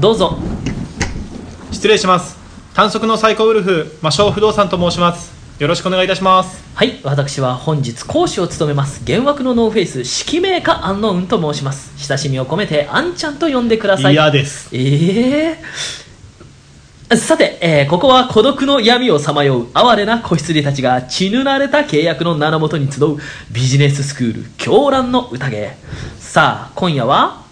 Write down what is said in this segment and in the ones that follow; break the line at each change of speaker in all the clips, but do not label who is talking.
どうぞ
失礼します単速のサイコウルフ魔性不動産と申しますよろしくお願いいたします
はい私は本日講師を務めます幻惑のノーフェイス指揮名家アンノウンと申します親しみを込めてアンちゃんと呼んでください
嫌です
ええさて、えーここは孤独の闇をさまよう哀れな子羊たちが血ぬられた契約の名のもとに集うビジネススクール狂乱の宴さあ今夜は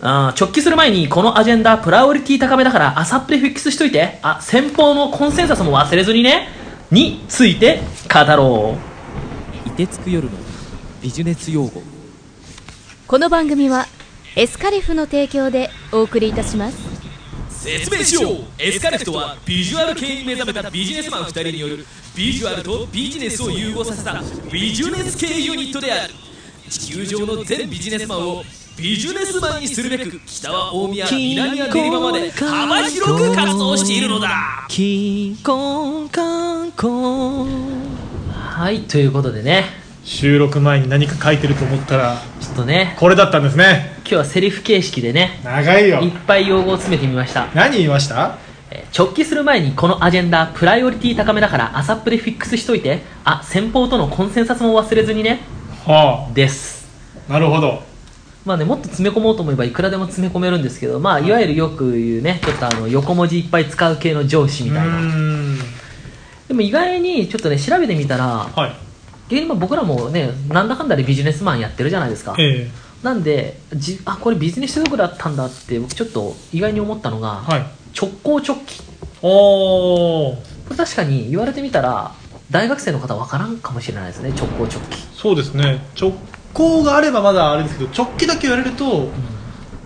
あー直帰する前にこのアジェンダプライオリティ高めだから朝っプレフィックスしといてあ先方のコンセンサスも忘れずにねについて語ろう
凍てつく夜のビジネス用語
この番組はエスカリフの提供でお送りいたします
説明しようエスカレフトはビジュアル系に目覚めたビジネスマン2人によるビジュアルとビジネスを融合させたビジネス系ユニットである地球上の全ビジネスマンをビジネスマンにするべく北は大宮南は練馬まで幅広く活動しているのだ
キーコンカンコン
はいということでね
収録前に何か書いてると思ったら
ちょっとね
これだったんですね
今日はセリフ形式でね
長いよ
いっぱい用語を詰めてみました
何言いました
えー直帰する前にこのアジェンダプライオリティ高めだから朝っプでフィックスしといてあ先方とのコンセンサスも忘れずにね
は
です
あなるほど
まあねもっと詰め込もうと思えばいくらでも詰め込めるんですけどまあいわゆるよく言うねちょっとあの横文字いっぱい使う系の上司
う
みたいな
ーん
でも意外にちょっとね調べてみたら
はい
芸人も僕らもねなんだかんだでビジネスマンやってるじゃないですか
ええ
なんでじあこれビジネス用語だったんだって僕ちょっと意外に思ったのが、
はい
直行直帰
おー
これ確かに言われてみたら大学生の方は分からんかもしれないですね直行直帰
そうですね直行があればまだあれですけど直帰だけ言われると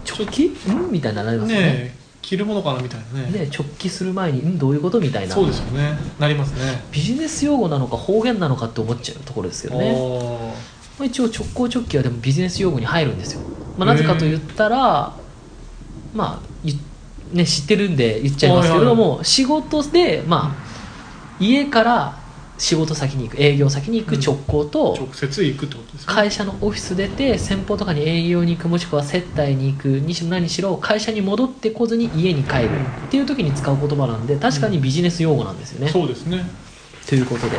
直帰うんみたいになりますよね
ねえ着るものかなみたいなね
ね直帰する前にうんどういうことみたいな
そうですよねなりますね
ビジネス用語なのか方言なのかって思っちゃうところですけどね、
おー
まあ、一応直行直帰はでもビジネス用語に入るんですよ、まあ、なぜかと言ったらまあゆね、知ってるんで言っちゃいますけれども、仕事で、まあ、家から仕事先に行く営業先に行く直行と、
直接行くってことですね
会社のオフィス出て先方とかに営業に行くもしくは接待に行くにしろ何しろ会社に戻ってこずに家に帰るっていう時に使う言葉なんで確かにビジネス用語なんですよね、
そうですね
ということで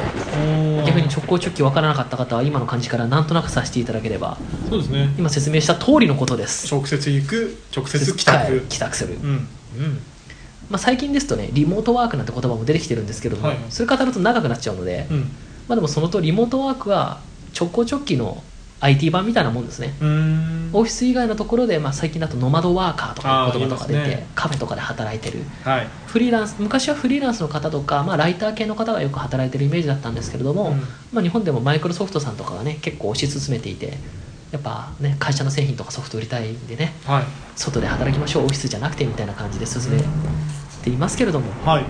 逆
逆
に直行直帰分からなかった方は今の感じからなんとなくさせていただければ
そうですね
今説明した通りのことです
直接行く直接帰宅
帰る帰宅する、
うん
まあ、最近ですとねリモートワークなんて言葉も出てきてるんですけども、
はい
それ語ると長くなっちゃうので、
うん
まあ、でもそのとリモートワークは直行直帰の IT 版みたいなもんですね
うーん
オフィス以外のところで、まあ、最近だとノマドワーカーとかいう言葉とか出て、
あー言いますね
カフェとかで働いてる
はい
フリーランス昔はフリーランスの方とか、まあ、ライター系の方がよく働いてるイメージだったんですけれども、
うん
まあ、日本でもマイクロソフトさんとかがね結構推し進めていてやっぱね会社の製品とかソフト売りたいんでね
はい
外で働きましょうオフィスじゃなくてみたいな感じで進めていますけれども、ま
はい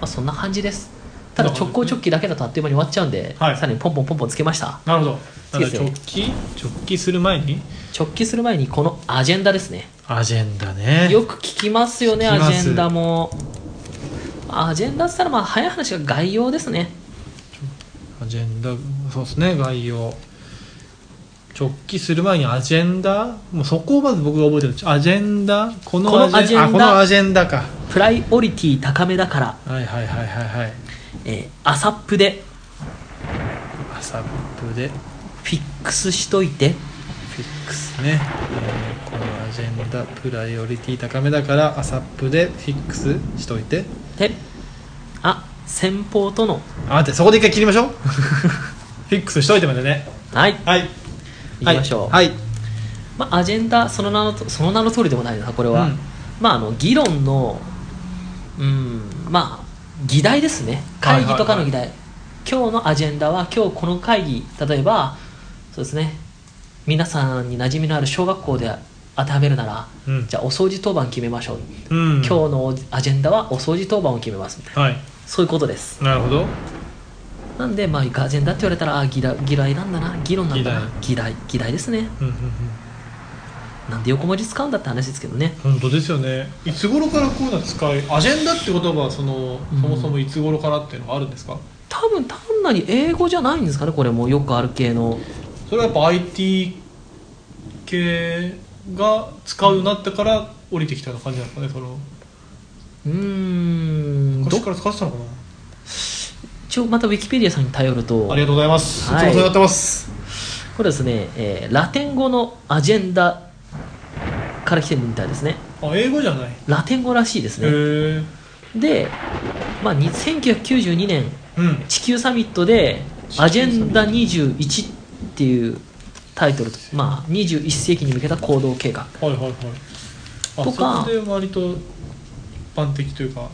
あ、そんな感じですただ
なるほ
直行
どね
直帰だけだとあっという間に終わっちゃうんで、
はい
さらにポンポンポンポンつけました
なるほど
次
な
です
んだ
よ
直帰直帰する前に
直帰する前にこのアジェンダですね
アジェンダね
よく聞きますよね
聞きま
ア
す
ジェンダもアジェンダって言ったらまあ早い話が概要ですね
アジェンダそうですね概要直帰する前にアジェンダもうそこをまず僕が覚えてるんですアジェンダこの
このアジェンダ
あこのアジェンダか
プライオリティ高めだから、
はいはいはいはいはい
えー、アサップで
朝ップで
フィックスしといて
フィックスね、えーこのアジェンダプライオリティ高めだからアサップでフィックスしといて
であ先方との
あ待ってそこで一回切りましょう フィックスしといてまでね
はい
はい
行きましょう
はい、
まあ、アジェンダその名のとその名の通りでもないなこれは、
うん
まああの議論のうんまあ議題ですね
は
会
いはいは
議
い
とかの議題、今日のアジェンダは今日この会議例えばそうですね皆さんに馴染みのある小学校で当てはめるなら、
うん
じゃあお掃除当番決めましょう、
う
今
ん、
日のアジェンダはお掃除当番を決めますみたいな
はい
そういうことです
なるほど
なんでまあアジェンダって言われたらあ議題議題なんだな議論なんだな議題議題ですね
うんうんうん
なんで横文字使うんだって話ですけどね
本当ですよねいつ頃からこういうの使いアジェンダって言葉はそのそ
うん
もそもいつ頃からっていうのはあるんですか、
多分単なり英語じゃないんですかねこれもよくある系の
それはやっぱ IT 系が使うようになってから降りてきたような感じなのかねその
うーんど
昔から使ってたのか
一応またウィキペディアさんに頼ると
なありがとうございます、
はい
い、つもお世話になってます
これですね、えーラテン語のアジェンダから来てるみたいですね
あ英語じゃないへ
ラテン語らしいですね
え
で、まあ、に1992年
うん
地球サミットで「アジェンダ21」っていうタイトルと、まあ、21世紀に向けた行動計画
はいはいはいあ
とか
それで割と一般的というか、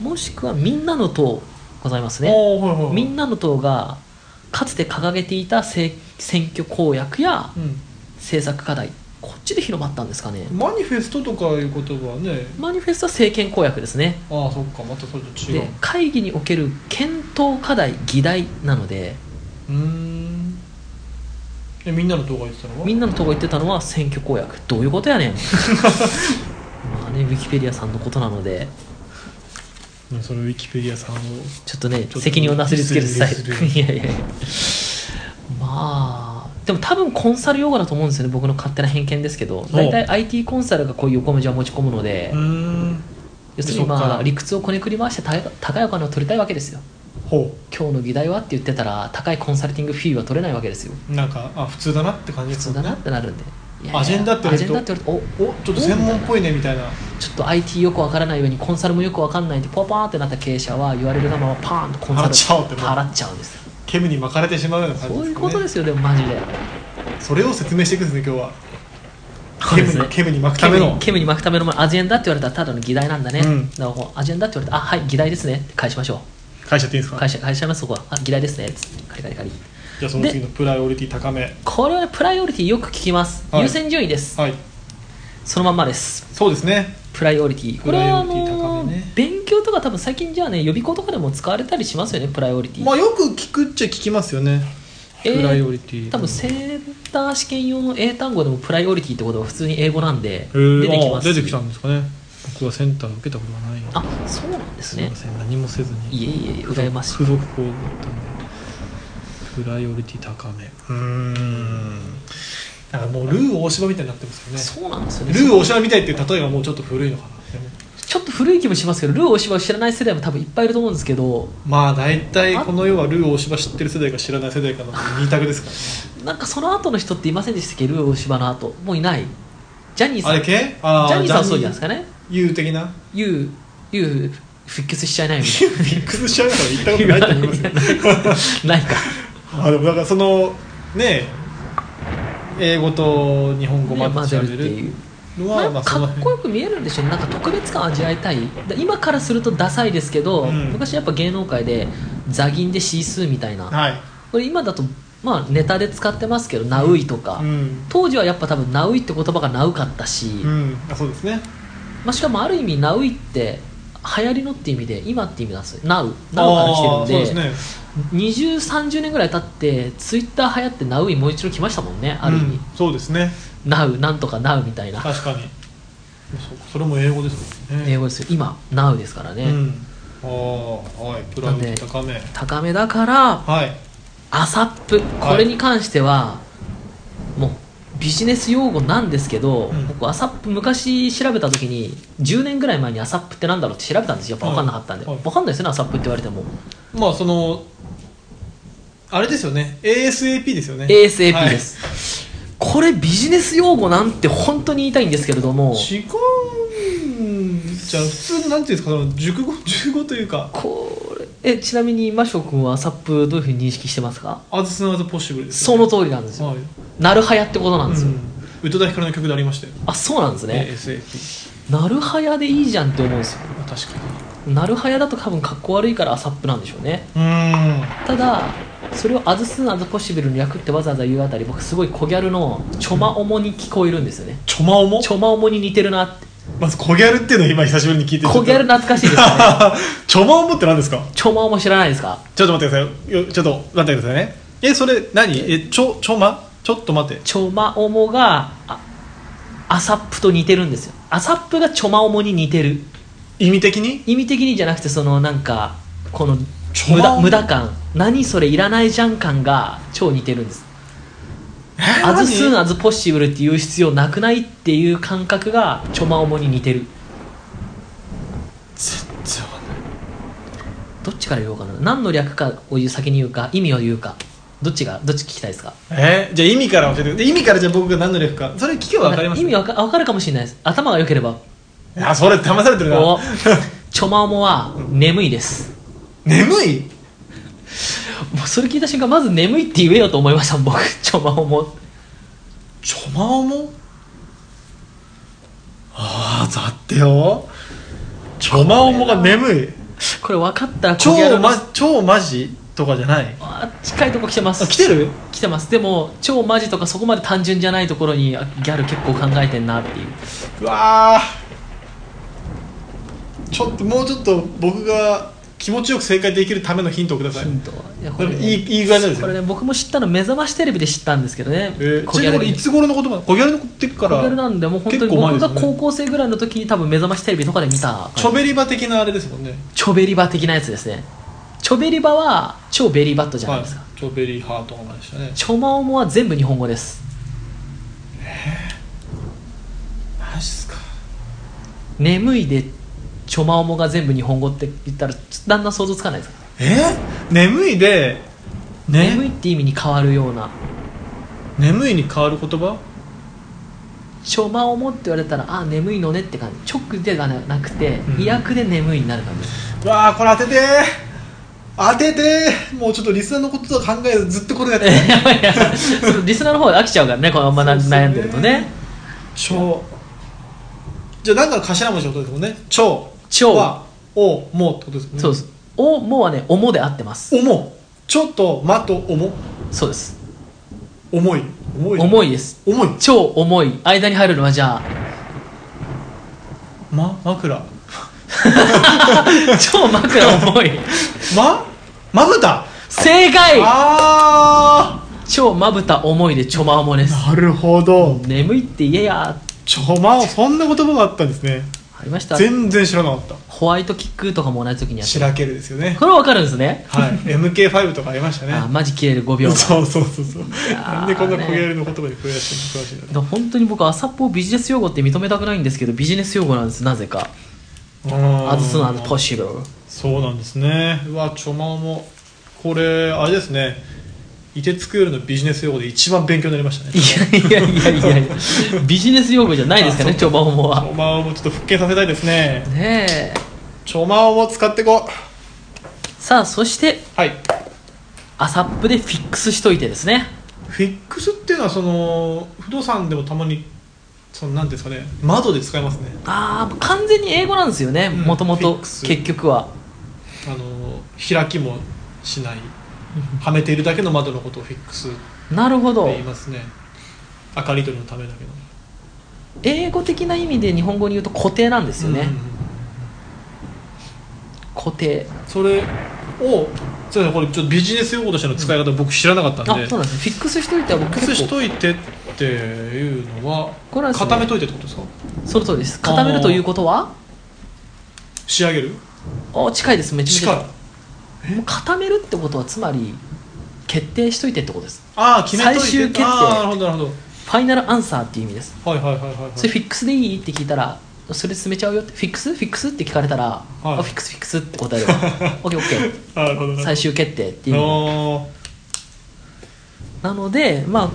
もしくは「みんなの党」ございます
ああ
ね
はいはいはい
みんなの党がかつて掲げていたせ選挙公約や
うん
政策課題こっちで広まったんですかね
マニフェストとかいう言葉はね
マニフェストは政権公約ですね
ああそっかまたそれと違う
で会議における検討課題議題なので
うーんえみんなの動画言ってたのは
みんなの党が言ってたのは選挙公約どういうことやねんまあねウィキペディアさんのことなので
ねそれウィキペディアさんを
ちょっとね
ょっと
責任をなすりつけるスタイ
ディ
ル
スる
いやいやいやまあでも多分コンサル用語だと思うんですよね僕の勝手な偏見ですけど大体 IT コンサルがこういう横文字を持ち込むので
うーん
要するに
そっ
ま
か
あ理屈をこねくり回して高い高いお金を取りたいわけですよ
ほ
今日の議題はって言ってたら高いコンサルティングフィーは取れないわけですよ
うなんかあ普通だなって感じ
普
です
通だ
もんね
なってなるんでいやいや
アジェンダって言わ
ア
れ
ジ
る
ェンダ
と
って言われるとおお
ちょっと専門っぽいねみたいな
ちょっと IT よくわからない上にコンサルもよくわかんないってポパーンってなった経営者は言われるがままパーンとコンサル
払っちゃおうってもう
払っちゃうんですよ
ケムに巻かれてしまうような感じ
そう
です
い
ね
うことですよでもマジで
それを説明していくんですね今日は
そう
ケ
で
ム
すね
にケムに巻く
ケ
た
ム
め
に
の
ケムに巻くためのものアジェンダって言われたらただの議題なんだね、
うん
だからこうアジェンダって言われたらあはい議題ですねって返しましょ
会社っていいんで
う
すか
返し返しちゃいますそこはあ議題ですねつってカリカリカリ
じゃあその次のプライオリティ高め
これはねプライオリティよく聞きます、
はい
優先順位です、
はい
そのまんまです
そうですね
プライオリティこれはあ
プライオリティ高
の、
めね
勉強とか多分最近じゃあね予備校とかでも使われたりしますよねプライオリティ、
まあよく聞くっちゃ聞きますよね
えー
プライオリティ
多分センター試験用の英単語でもプライオリティってことは普通に英語なんで
へー
出てきま
あ
すし
出てきたんですかね僕はセンター受けたことがない
あそうなんです
すい
ね
ません、何もせずに
いえいえいえ羨ましい
付属校だったんでプライオリティ高めうーんだからもうルー大柴みたいになってます
そうなんですよ
よね
ね
ルー大柴みたいっていう例えがもうちょっと古いのかなでも
ちょっと古い気もしますけどルー大芝を知らない世代も多分いっぱいいると思うんですけど
まあ大体この世はルー大柴知ってる世代か知らない世代かの二択ですか
なんかその後の人っていませんでしたっけルー大芝の後もういないジャニーさ
ら
ん
ねあれ
ジ
系あ
ャニーさんはそうじゃないです
か
かね
U 的な
YOU YOU 復血しちゃいないみたい
ミックスしちゃうから言ったこと ないと思いますよ
なないか
あでもだからそのねえ英語と日本語
いや
混
混
ぜ
ぜ
ら
る
れ
っていう
るの
ま
は
あ
まあそ
か
の
っこ
辺
よく見えるんでしょうねなんか特別感味わいたいだ今からするとダサいですけど、
うん
昔やっぱ芸能界でザギンでシースーみたいな
はい
これ今だとまあネタで使ってますけど、ナウイとか、
うん
当時はやっぱ多分ナウイって言葉がナウかったし、
うん、あそうですね
まあ、しかもある意味ナウイって流行りのって意味で今って意味なんですよナウナウから来てるんで
あーそうですね
2030年ぐらい経ってツイッター流行ってナウイもう一度来ましたもんねある意味、
うんそうですね
ナウなんとかナウみたいな
確かにそそれも英語ですもんね
英語ですよ今ナウですからね、
うんああはいプライオリティ高め
高めだから
はい
アサップこれに関しては、もうビジネス用語なんですけど、
うん
僕アサップ昔調べた時に10年ぐらい前にアサップってなんだろうって調べたんですよやっぱ分かんなかったんで、
はいはい
分かんないですよねアサップって言われても
まあそのあれですよね ASAP ですよね
ASAP で、す、これビジネス用語なんて本当に言いたいんですけれども
はい、違うんじゃあ普通のなんていうんですかその熟語 熟語というか
これえちなみにマショ君はアサップどういうふうに認識してますか
アズスナーズポッシブルです
そ
よね
の通りなんですよ、
はい
なるはやってことなんです
う
よ、
ん宇多田ヒカルの曲でありましたよ
あそうなんですね、
ASAP
なるはやでいいじゃんって思うんですよ
まあ確か
なるはやだと多分かっこ悪いからアサップなんでしょうね
にうん
ただそれを「アズスン・アズ・ポッシブル」の略ってわざわざ言うあたり僕すごい小ギャルのちょまおもに聞こえるんですよね、
ちょまおも
ちょまおもに似てるなって
まず小ギャルっていうのを今久しぶりに聞いて
小ギャル
な
懐かしいですよね
ちょまおもって何ですか
ちょまおも知らないですか
ちょっと待ってくださいよよちょっと待ってくださいねえそれ何えちょちょまちょっと待って
ちょまおもがあアサップと似てるんですよアサップがちょまおもに似てる
意味的に
意味的にじゃなくてそのなんかこの
ちょ
無
まお
駄
も
無駄感何それいらないじゃん感が超似てるんですアズスーンアズポッシブルって言う必要なくないっていう感覚がちょまおもに似てる
全然わかんない
どっちから言おうかな何の略かを言う先に言うか意味を言うかどっちがどっち聞きたいですか
えー、じゃあ意味から教えてで意味からじゃあ僕が何の略かそれ聞けば分かります
意味わかわかるかもしれないです頭が良ければ
あそれ騙されてるな
おちょまおもは眠いです
眠い
もうそれ聞いた瞬間まず眠いって言えよと思いました僕ちょまおも
ちょまおもああだってよちょまおもが眠い
これ分かったらこぎゃ
超
るの
ま超マジとかじゃない
あ近いとこ来てます
あ来てる
来てますでも超マジとかそこまで単純じゃないところにあギャル結構考えてんなっていう
うわーちょっともうちょっと僕が気持ちよく正解できるためのヒントをください
ヒントはいやこ
で
れ
も
ね
いいいい具合なんです
こ
よ
れね僕も知ったの目覚ましテレビで知ったんですけどね、
えー、
コ
ち
ギ
な
ャ
みに
ルに
これいつ頃の言葉小ギャルの時か
コギャル
ら
なんでもう本当に
結構前
僕
ですね
が高校生ぐらいの時に多分目覚ましテレビとかで見た
チョベリバ的なあれですもんね
チョベリバ的なやつですねチョベリバは超ベリーバットじゃないですか、
はい、チョベリハートがでしたね
チョマオモは全部日本語です
マジっすか
眠いでチョマオモが全部日本語って言ったらだんだん想像つかないですか、
え眠いで、ね、
眠いって意味に変わるような
眠いに変わる言葉
ちょまおもって言われたらあ眠いのねって感じ直でがなくて
うん
意訳で眠いになる感じ、
わあこれ当ててー当ててーもうちょっとリスナーのことと考えずずっとこれやって
やばいやばいそうリスナーの方で飽きちゃうからねこのままな
そうですね
悩んでるとね
超じゃあ何かの頭文字のことですもんね超
超
はおもうってことですもんね
そうですおもはねおもで合ってます
おもちょっとまとおも
そうです
重い重い
重いです
重い
超重い間に入るのはじゃあ
ま枕
超枕重い
ままぶた
正解
あ
超まぶた重いでちょまおもです
ーなるほど
眠いって言えや
ちょまをそんな言葉があったんですね
ありました
全然知らなかっ
ホワイトキックとかも同じ時に
た
やっ
してらけるですよね
これわかるんですね
はい MK5 とかありましたね
あマジ切れる5秒が
そうそうそうそう
やー
なんでこんな小やりの言葉に詳しい詳しいんだ
だから本当に僕朝っぽをビジネス用語って認めたくないんですけどビジネス用語なんですなぜか
ろう
アズスナーズ
の
ポッシブル
そうなんですねうわちょまおもこれあれですねイテツクールのビジネス用語で一番勉強になりましたね
いやいやいやいやいやビジネス用語じゃないですかねちょばおも
ち
は
ょまおもちょっと復権させたいですね
ねえ
ちょまおも使ってこう
さあそして
はい
朝っぽでフィックスしといてですね
フィックスっていうのはその不動産でもたまにそのなんていうんですかね窓で使いますね
ああ完全に英語なんですよね
うん
もとも
フィ
と
ックス
結局は
あの開きもしないはめているだけの窓のことをフィックスって
なるほど
言いますね明かり取りのためだけど
英語的な意味で日本語に言うと固定なんですよね、
うんうんうん
固定
それをそうですねこれちょっとビジネス用語としての使い方僕知らなかったん
あ
で、
そうなんですねフィックスしといては
フィッ
僕
クス
結
し
構
といてっていうのは
これはですね
固めといてってことですか
その通りです固めるということは
仕上げる
お近いですめちゃめち
近い
ゃもう固めるってことはつまり決定しといてってことです
ああ決めといて
最終決定
ああなるほどなるほ
ファイナルアンサーっていう意味です
どはいはいはいはいはい
それフィックスでいいって聞いたらそれ進めちゃうよってフィックスフィックスって聞かれたら、あフィックスフィックスって答えれ ばオッケーオッケー
なるほどなる
最終決定っていう意味
ほどあ
なのでまあ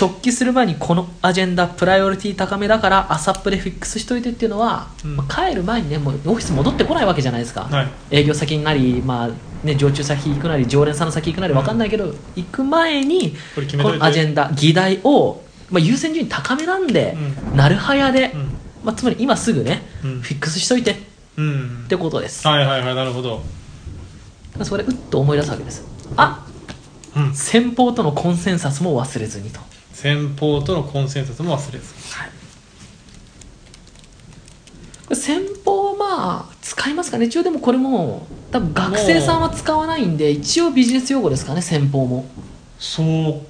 直帰する前にこのアジェンダプライオリティ高めだから朝っぷでフィックスしといてっていうのは、
うん
まあ帰る前にねもうオフィス戻ってこないわけじゃないですか、
あはい
営業先になり、まあね、常駐先行くなり常連さんの先行くなり分かんないけど、行く前に
これ決
こ
めといて
のアジェンダ議題を、まあ、優先順位高めなんで、なるはやで、
うん
まあ、つまり今すぐね、
うん
フィックスしといてっ
うん、うん、
てことです、
はいはいはいなるほど
それうっと思い出すわけですあ
うん
先方とのコンセンサスも忘れずにと、
先方とのコンセンサスも忘れず
これ先方はまあ使いますかね一応でもこれも多分学生さんは使わないんで一応ビジネス用語ですかね先方も
そう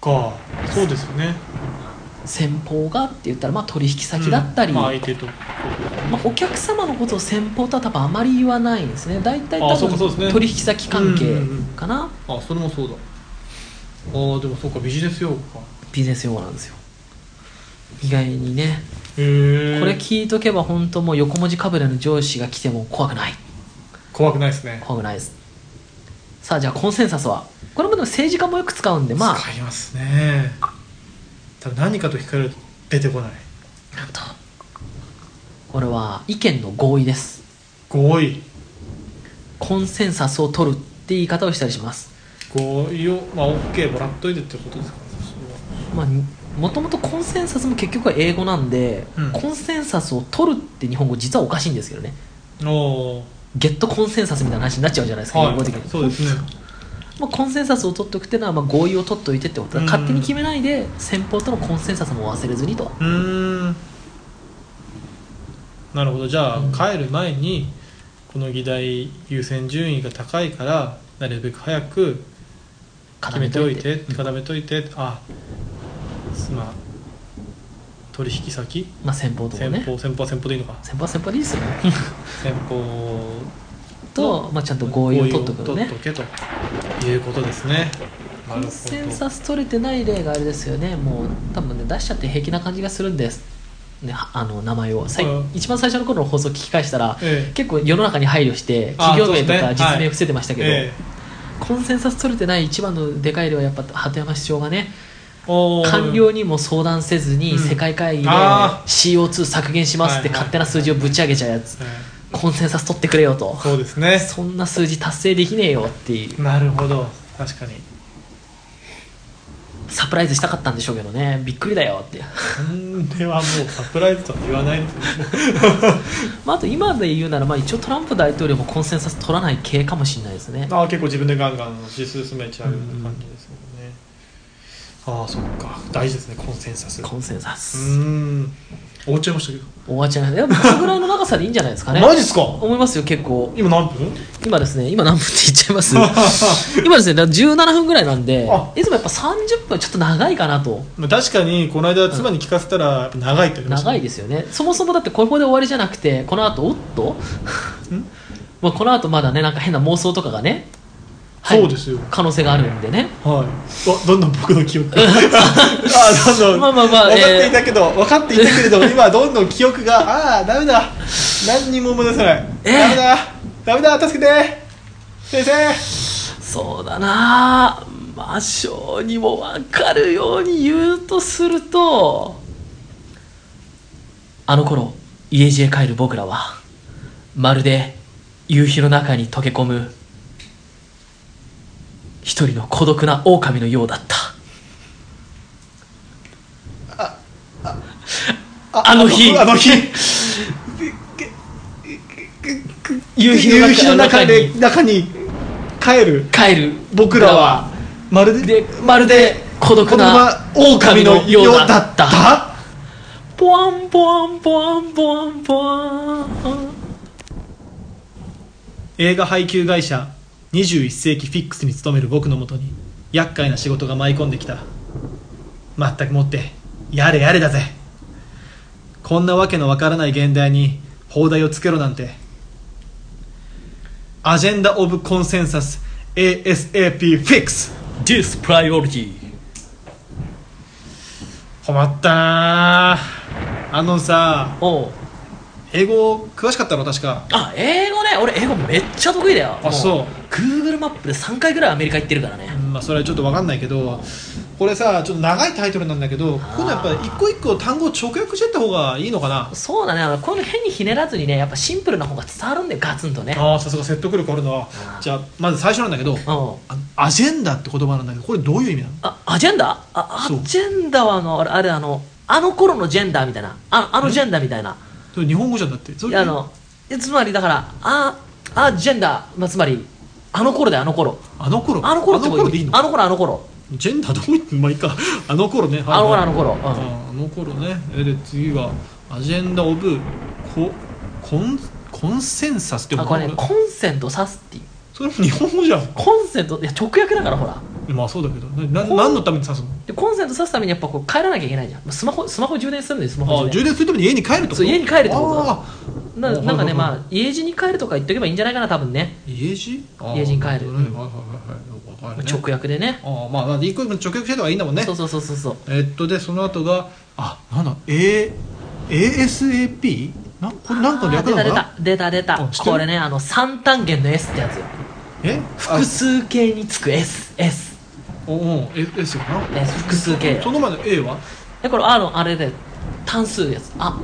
かそうですよね
先方がって言ったらまあ取引先だったり、
うんまあ、相手と
まあ、お客様のことを先方とは多分あまり言わないんですね大体多
あそうかそうです
分
ね
取引先関係
うんうんうん
かな
あそれもそうだああでもそうかビジネス用語か
ビジネス用語なんですよ意外にね
へえ
これ聞いとけば本当もう横文字かぶれの上司が来ても怖くない
怖くないですね
怖くないですさあじゃあコンセンサスはこれもでも政治家もよく使うんでまあ
使いますねただ何かと聞かれると出てこない
なんとこれは意見の合意です
合意
コンセンサスを取るって言い方をしたりします
合意をまあ OK もらっといてってことですかね
まあにもともとコンセンサスも結局は英語なんで、
うん
コンセンサスを取るって日本語実はおかしいんですけどね
それはお
ゲットコンセンサスみたいな話になっちゃうじゃないですか、
お、
英
は
語的に
い、そうですね
まあ、コンセンサスを取っておくっていうのは、まあ、合意を取っておいてってことだ
うん
勝手に決めないで先方とのコンセンサスも忘れずにと
うーんなるほどじゃあ、
うん
帰る前にこの議題優先順位が高いからなるべく早く決
固
め
め
て
て
お
お
い
い
て
て
固めといてあすまあ取引先
まあ、先方とも
先
ね
方先方は先方でいいのか
先方は先方でいいですよね
先方
と、まあ、ちゃんと合意を取っておくのね
合意を取っとけということですねな
コ
るほ
ン
ど
センサス取れてない例があれですよねもう多分ね出しちゃって平気な感じがするんです、ね、はあの名前をさい
うん
一番最初の頃の放送聞き返したら
ええ
結構世の中に配慮して
あ
企業名と
そう
か
ですね
実名を伏せてましたけど、
ええ
コンセンサス取れてない一番のでかい例はやっぱ鳩山市長がね
おー
官僚にも相談せずに
うん
世界会議で
あ
CO2 削減しますって
はいはい
勝手な数字をぶち上げちゃうやつ
え
コンセンサス取ってくれよと
えそうですね
そんな数字達成できねえよっていう
なるほど確かに
サプライズしたかったんでしょうけどねびっくりだよって
これはもうサプライズとは言わないですね
まああと今で言うならまあ一応トランプ大統領もコンセンサス取らない系かもしれないですね
ああ結構自分でガンガン指数進めちゃうような感じですよね、ああそっか大事ですねコンセンサスう
コンセンサス
ーん終わっちゃいましたけど、
おばちゃんいやこのぐらいの長さでいいんじゃないですかね
マジっすか
思いますよ結構
今何分
今ですね今何分って言っちゃいます今ですね17分ぐらいなんで
あ
いつもやっぱ30分ちょっと長いかなと
まあ確かにこの間妻に聞かせたら長いって言われました
長いですよねそもそもだってここで終わりじゃなくてこの後おっと まあこの後まだねなんか変な妄想とかがね入る
そうですよ
可能性があるんでね
はいわどんどん僕の 記憶があどんどん
まあまあまあ
分かって
え
いたけど、分かっていたけれ ども今どんどん記憶がああーダメだ何にも思い出せない、
え
ダメだダメだ助けて先生
ーそうだなあ魔性にも分かるように言うとするとあの頃家路へ帰る僕らはまるで夕日の中に溶け込む一人の孤独な狼のようだったあの日
あの日
夕日
夕日の
の中
中で
に
中に帰る
帰る
僕らはまるで
でまるで孤独
この
な
ま狼のようだった
ポワンポワンポワンポワンポワン
映画配給会社21世紀フィックスに勤める僕のもとに厄介な仕事が舞い込んできたまったくもってやれやれだぜこんなわけのわからない現代に放題をつけろなんてアジェンダ・オブ・コンセンサス ASAP フィックス
This priority
困ったなあのさ
おう
英語詳しかったの確か
あ英語ね俺英語めっちゃ得意だよ
あそう
Google マップで3回ぐらいアメリカ行ってるからね
まあそれはちょっとわかんないけどこれさちょっと長いタイトルなんだけどこういうのやっぱり一個一個単語を直訳してった方がいいのかな
そうだねあのこういうの変にひねらずにねやっぱシンプルな方が伝わるんだよガツンとね
ああさすが説得力あるな
あー
じゃあまず最初なんだけど
うん
あアジェンダって言葉なんだけどこれどういう意味なの
あアジェンダあ
そう
アジェンダはあのあれあれあのあの頃のジェンダーみたいなああのジェンダーみたいな
それ日本語じゃんだってそ
い
れ
やあのえつまりだからああジェンダー、まあ、つまりあの頃だよあの頃
あの頃
あの頃ってこと
でいいの
あの頃あの頃
ジェンダーどういってまあいいかあの頃ね
あの頃あの頃、
あ
うん
ーあの頃ねえで次はアジェンダ・オブココンコンセンサスって
あ
こ
ことれねコンセントサスっていう
それも日本語じゃん
コンセントいや直訳だからほら
まあそうだけどなな何のために指すの
でコンセント挿すためにやっぱこう帰らなきゃいけないじゃんまあスマホスマホ充電するんでスマ
あ
ホ
充
充
電するために家に帰るってこと
そう家に帰るってことだ
あ
電
ー
ななんかね
はいはいはい
まあ家路に帰るとか言っとけばいいんじゃないかな多分ね
家路
家路に帰る
あーなるほどねはいはいはいはいわかあるね
直訳でね
ああまあまあ一個一個の直訳してた方がいいんだもんね
そうそうそうそうそう
えっとでその後があなんだ A ASAP なこれなんかの略なのかな
あー出た出た出た
あ知ってる
これねあの三単元の S ってやつよ
えあ
複数形につく SSS
おお S S かな
複数形
その前の A は
でこれあのあれで単数のやつあ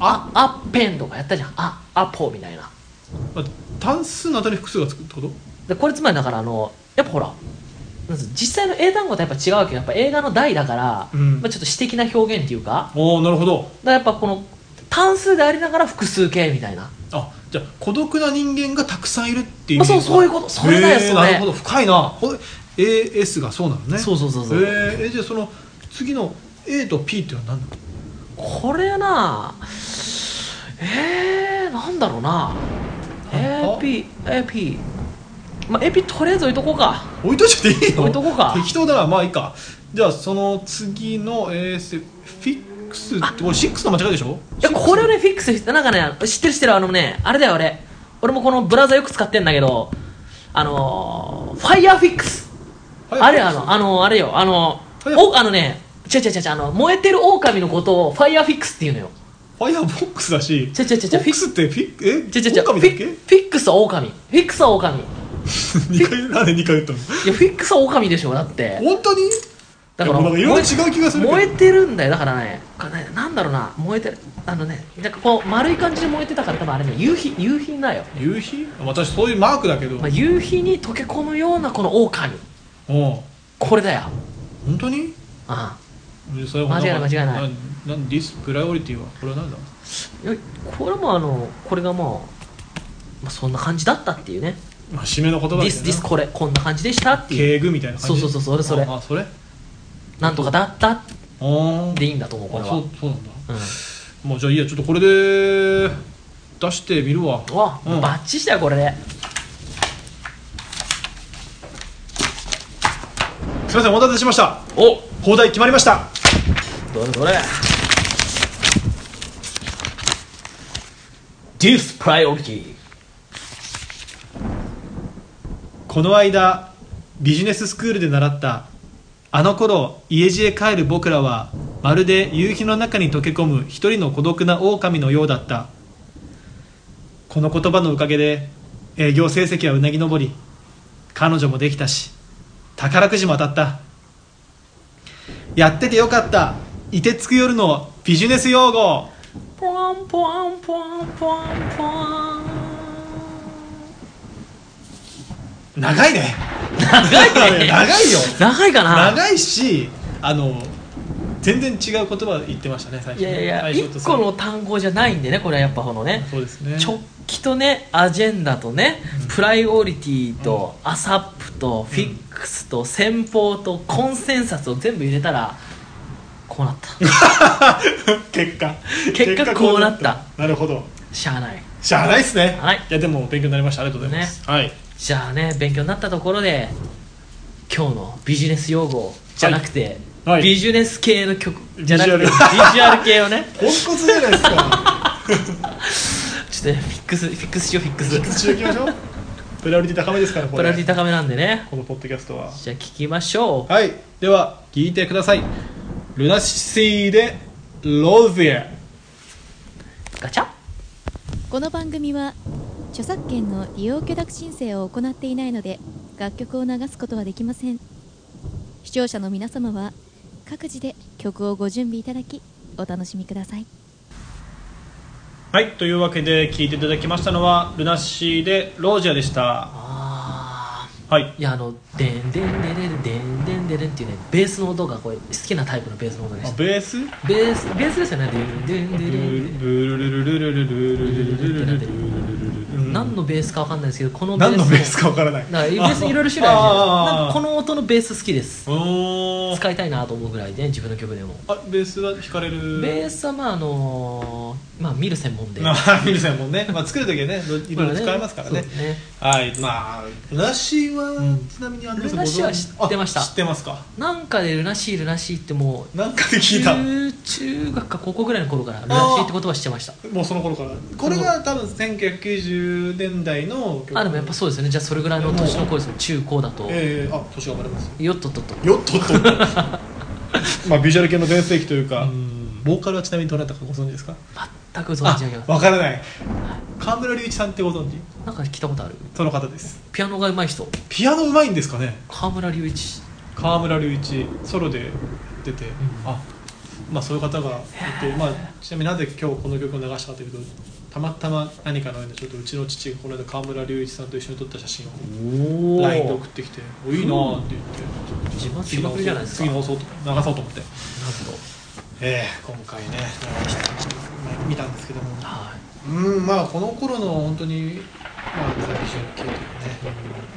あ
アッペンとかやったじゃんあアポみたいな
待って単数の後に複数がつくってこと
でこれつまりだからあのやっぱほらなんつう実際の英単語とやっぱ違うわけどやっぱ映画の題だから、
うん
まあ、ちょっと詩的な表現っていうか
おおなるほ
だ
ど
からやっぱこの単数でありながら複数形みたいな
あじゃあ孤独な人間がたくさんいるっていう
あそうそういうことそれだよ
へー
それ
なるほど深いなほい AS がそうなのね
そうそうそうそう
へーえじゃあその次の A と P っていうの は何だ
これなえー、なんだろうな
あ
AP AP まあ AP とりあえず置いとこうか
置いといちゃっていいの
置いとこうか
適当だなまあいいかじゃあその次の AS フィックスってこれ6の間違いでしょ
いやこれをねフィックスしてなんかね知ってる知ってるあのねあれだよ俺俺もこのブラウザよく使ってんだけどあのー、ファイヤーフィックスあれあのあのあれよあの
ファイヤー
おあのね違う違う違う違うあの燃えてる狼のことをファイヤーフィックスっていうのよ
ファイアボックスだし
違う違う違う
ボックスってフィッえ
違う違う違う
狼
フ
だっ
ィ
け
フィックスは狼フィックスは狼い
二回なんで2回言ったの
やフィックスは狼でしょだって
本当に
だから
いやもうなんかいろいろ
燃え
違う気がするけど
燃えてるんだよだからねかねなんだろうな燃えてるあのねなんかこう丸い感じで燃えてたから多分あれね夕日夕日だよ、
夕日私そういうマークだけど、
まあ、夕日に溶け込むようなこの狼
うん本
これだよ
当に
あ
それ
間違いない間違いない
いなんディスプライオリティはこれは何だ
あいやこれもあのこれがまあ、まあ、そんな感じだったっていうね
まあ締めの言葉
デ
だよ
ィ
な
スディスこれこんな感じでしたっていう
敬具みたいな感じ
そうそうそうそれそれ
ああそれ
なんとかだったっ
あー
ていいんだと思うこれ
あ
は
そうそうなんだ
うん
もうじゃあいいやちょっとこれで出してみるわ
うわ、
うん
バッチしたよこれです
いませんお待たせしました
お
放題決まりました
どれどれディスプライオリティ
この間ビジネススクールで習ったあの頃家路へ帰る僕らはまるで夕日の中に溶け込む一人の孤独な狼のようだったこの言葉のおかげで営業成績はうなぎ登り彼女もできたし宝くじも当たったやっててよかった凍てつく夜のビジネス用語
ポワンポワンポワンポワンポワ ン
長いね長い長いよ
長いかな
長いしあの全然違う言葉言ってましたね最初
いやいやいや
最初と
一
最
個
後
の単語じゃないんでねこれはやっぱこのね
そうですね
直帰とねアジェンダとね、プライオリティと、アサップとフィックスと先方とコンセンサスを全部入れたらこうなった
結果
結果こうなった
なるほど
しゃあない
しゃあないですね
はい
やでも勉強になりましたありがとうございます、はい
じゃあね勉強になったところで今日のビジネス用語じゃなくて、
はいはい
ビジネス系の曲じゃなくてビ
ビ
ジ
ジュア
ュ
ル
アル系をね
ポンコツじゃないですか
ちょっとねフィックスフィックスしようフィックス
口をいきましょうプライオリティ高めですからこ
プ
れ
ラティ高めなんでね
このポッドキャストは
じゃあ聞きましょう
はいでは聞いてくださいルナシーでローゼ
ガチャ
この番組は著作権の利用許諾申請を行っていないので楽曲を流すことはできません視聴者の皆様は各自で曲をご準備いただきお楽しみください
はいというわけで聞いていただきましたのはルナシーでロージアでした
あ
はい
ーいやあのでんでんでれんでんでんでれんっていうねベースの音がこれ好きなタイプのベースの音で
あ
した
ベース
ベースベースですよねでんでんでれん何のベースかわかんないですけどこの
何のベースかわからない
だからベースいろいろ種類あるじゃんなんかこの音のベース好きです
の
使いたいなと思うぐらいで自分の曲でも
あベースは弾かれる
ベースはまああのまあ見る専門で
あ見る専門ね、まあ、作る時はねい
い
ろいろ使えますからね,、はいまあルナシーは、ちなみにあ
ルナシーは知ってました
知ってますか
なんかでルナシールナシーってもう
なんかで聞いた
中中学か高校ぐらいの頃からルナシーって言葉してました
もうその頃からこれが多分1990年代の曲
あでもやっぱそうですよねじゃあそれぐらいの年の頃ですよ中高だと
ええあ年がバレます
よっとっとっと
よっとっと まあビジュアル系の全盛期というかボーカルはちなみにどなたかご存知ですか
全く存
あ
じ上げません
わからない川村隆一さんってご存知
なんか聞いたことある
その方です
ピアノが上手い人
ピアノうまいんですかね
河村隆一
川村隆一ソロで出て、あまあそういう方がいて、まあ、ちなみになぜ今日この曲を流したかというとたまたま何かの縁でちょっとうちの父がこの間川村隆一さんと一緒に撮った写真を
お
LINE で送ってきて「おいいな」って言って
自慢す
次
ぎ
の
まく
放
りじゃないですか
送流
なる
そうと流そうと思って、
ほど
ええ今回ねまあ見たんですけども
はい
うんまあこの頃の本当にまあ最初系というかね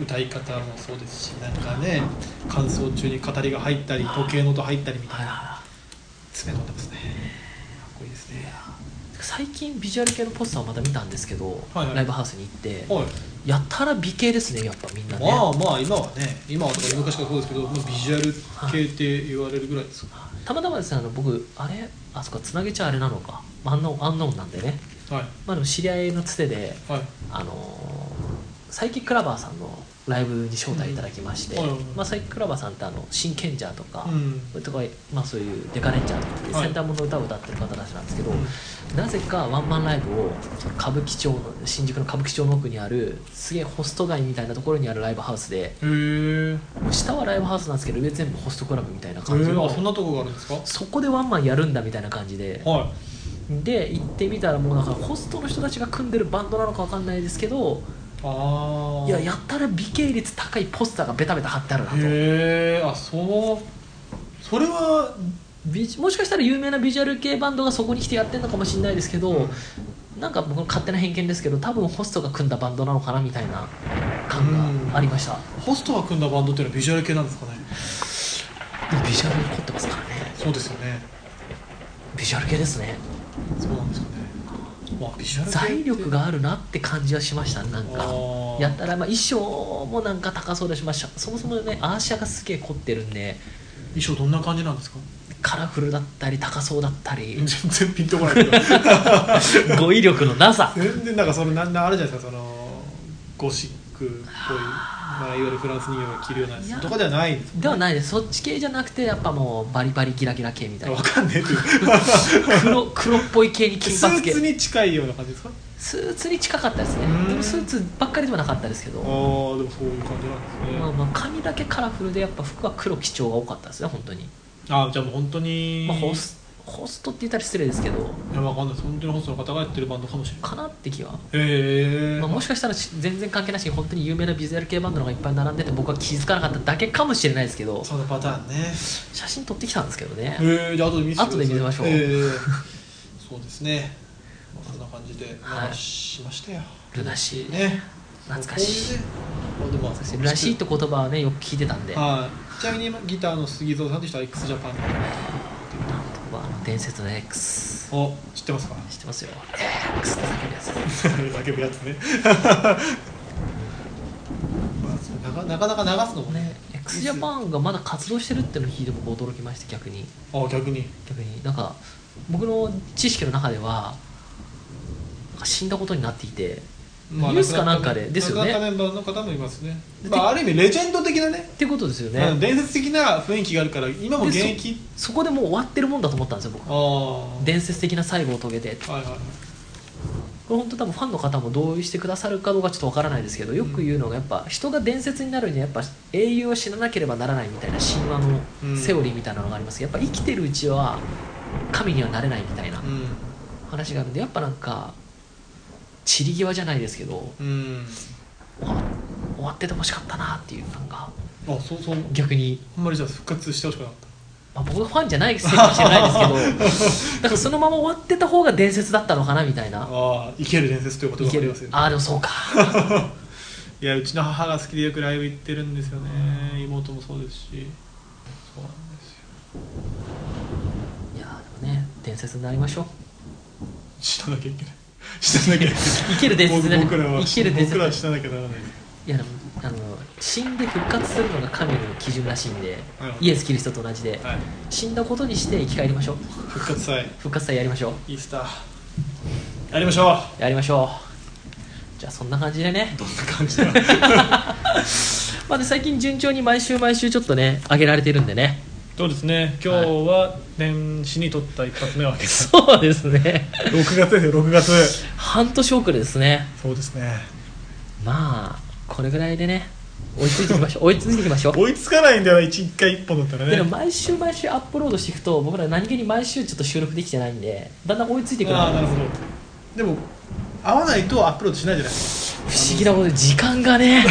歌い方もそうですしなんかね感想中に語りが入ったり時計の音入ったりみたいな詰め込んでますねかっこいいですね
最近ビジュアル系のポスターをまた見たんですけど、
はいはい
ライブハウスに行って、
はい
やたら美形ですねやっぱみんなね、
まあまあ今はね今はとか昔からそうですけど、まあ、ビジュアル系って言われるぐらいですよ
たまたまですねあの僕あれあそこつなげちゃあれなのかアンノーンアンノーンなんでね、
はい
まあ、でも知り合いのつてで
はい
あのーサイキックラバーさんのライブに招待いただきまして、
うんはいはいはい
まあ、サイキックラバーさんってあの真剣ジャーとか、
うん
とかまあ、そういうデカレンジャーとかっていう
はい
センターもの歌を歌ってる方たちなんですけど、
うん
なぜかワンマンライブをその歌舞伎町の新宿の歌舞伎町の奥にあるすげえホスト街みたいなところにあるライブハウスで
へえ
下はライブハウスなんですけど上全部ホストクラブみたいな感じ
あ
の
そんなとこがあるんですかは
そこでワンマンやるんだみたいな感じで
い
で行ってみたらもうなんかホストの人たちが組んでるバンドなのかわかんないですけど
ああ
いややったら美形率高いポスターがベタベタ貼ってあるなと
へえあそうそれは
ビジもしかしたら有名なビジュアル系バンドがそこに来てやってるのかもしれないですけど、なんか僕の勝手な偏見ですけど多分ホストが組んだバンドなのかなみたいな感がありました、
ホストが組んだバンドっていうのはビジュアル系なんですかね
でもビジュアルに凝ってますからね
そうですよね
ビジュアル系ですね
そうなんですかねまあビジュアル系
財力があるなって感じはしましたねなん
あ
か
ー
やったらまあ衣装もなんか高そうだしましたそもそもねアーシャがすげえ凝ってるんで
衣装どんな感じなんですか
カラフルだったり高そうだったり
全然ピンと こないけど
語彙力のなさ
全然なんかそのなんなんあるじゃないですかそのゴシックっぽいまあ、いわゆるフランス人形が着るようなや
いや
つとかではない んです
ではないですそっち系じゃなくてやっぱもうバリバリギラギラ系みたい
わ
な
かんねえっていう
黒黒っぽい系に金
ス
髪
ー
系
ツに近いような感じですか
スーツに近かったですね
うん
でもスーツばっかりではなかったですけ
ああ
ど
でもそういう感じなんですね、
まあ、まあ髪だけカラフルでやっぱ服は黒基調が多かったですね本当に、
ああじゃあもう本当に
まあ、ホスホストって言ったら失礼ですけど
いやわかんないです本当にホストの方がやってるバンドかもしれない
かなって気は、
へえ
まあ、もしかしたらし全然関係なしに本当に有名なビジュアル系バンドのがいっぱい並んでて僕は気づかなかっただけかもしれないですけど
そのパターンね
写真撮ってきたんですけどね
へえじゃあ後で見せて
後
ください
で見せましょう
ええ そうですねまあそんな感じで
はい
流しましたよ、
ルナシー、
ね
懐かしい
こういうねまあでも
そしてルナシーって言葉はねよく聞いてたんでなん
はいちなみに今ギターの杉蔵さんという人は x ジャパン
とまああの伝説の X
お知ってますか
知ってますよ X って叫ぶやつ
叫ぶやつ ねまあそうなかなかなか流すのもね
ね x ジャパンがまだ活動してるっていうのを聞いて僕驚きまして逆に
あ逆に
逆になんか僕の知識の中ではなんか死んだことになっていてニュースかなんかでですよね
亡くなったメンバーの方もいますね、まあ、ある意味レジェンド的なね
ってことですよ
あの
ね
伝説的な雰囲気があるから今も現役
そこでもう終わってるもんだと思ったんですよ僕
ああ
伝説的な最後を遂げて
はいはい
これ本当多分ファンの方も同意してくださるかどうかちょっとわからないですけどよく言うのがやっぱ人が伝説になるにはやっぱ英雄は死ななければならないみたいな神話のセオリーみたいなのがありますけどやっぱ生きてるうちは神にはなれないみたいな
う
話があるんでやっぱなんか散り際じゃないですけど
んうん
終わ終わっててほしかったなっていうなんか
あそうそう
逆に、
あんまりじゃあ復活してほしくなかっ
まあ、僕がファンじゃないせいかもしれないですけど だからそのまま終わってた方が伝説だったのかなみたい
た
な
ああ生ける伝説ということ
い
が
け
あり
る
ますよね
ああでもそうか
いやうちの母が好きでよくライブ行ってるんですよね妹もそうですしそうなんですよ
いやでもね伝説になりましょう
知らなきゃいけない 死ななきゃ
生きる伝説ね
僕らは
生きる伝説
僕らは死ななきゃならない
いやでもあの死んで復活するのが神の基準らしいんで
なるほど
イエス・キリストと同じで
はい
死んだことにして生き返りましょう
復活祭
復活祭やりましょう
イースターやりましょう
やりましょうじゃあそんな感じでね
どんな感じだ
まあで最近順調に毎週毎週ちょっとね上げられてるんでね
そうですね今日は年始に撮った一発目は6
そうですね
月ですよ6月
半年遅れですね
そうですね
まあこれぐらいでね追いついてきま しょう追いついてきましょう
追いつかないんだよな一回一本だったら
で
ね
も毎週毎週アップロードしていくと僕ら何気に毎週ちょっと収録できてないんでだんだん追いついてくる
ああ
の
なるほどでも合わないとアップロードしないじゃない
不思議なことで時間がね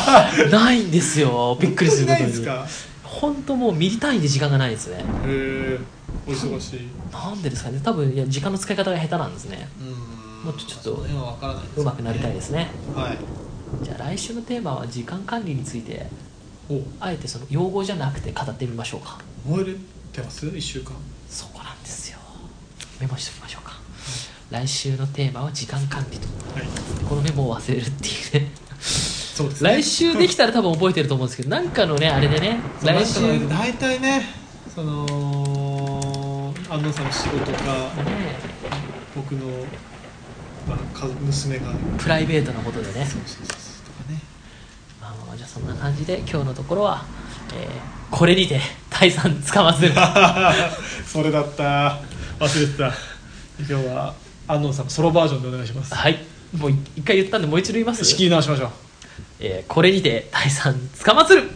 ないんですよびっくりするこ
ない
と
んで
に
すか
本当もうミリ単位で時間がないですね
へえお忙しい
なんでですかね多分いや時間の使い方が下手なんですね
うん
もうちょっと
その辺は分からないですね
うまくなりたいですね
はい
じゃあ来週のテーマは時間管理について
お
あえてその用語じゃなくて語ってみましょうか
燃えてます一週間
そこなんですよメモしておきましょうか来週のテーマは時間管理と
はい
このメモを忘れるっていうね
そうですね
来週できたら多分覚えてると思うんですけどなんかのねあれでね来週
そうなん
ね
か大体ねその安藤さんの仕事か僕の、まあ、家娘が
プライベートなことでね
そうそうそうそうとかね
まあまあまあじゃあそんな感じで今日のところは、えーこれにて退散つかまずる
それだった忘れてた今日は安藤さんのソロバージョンでお願いします
はいもう一回言ったんでもう一度言います、
仕切り直しましょう
えーこれにて退散つかまつる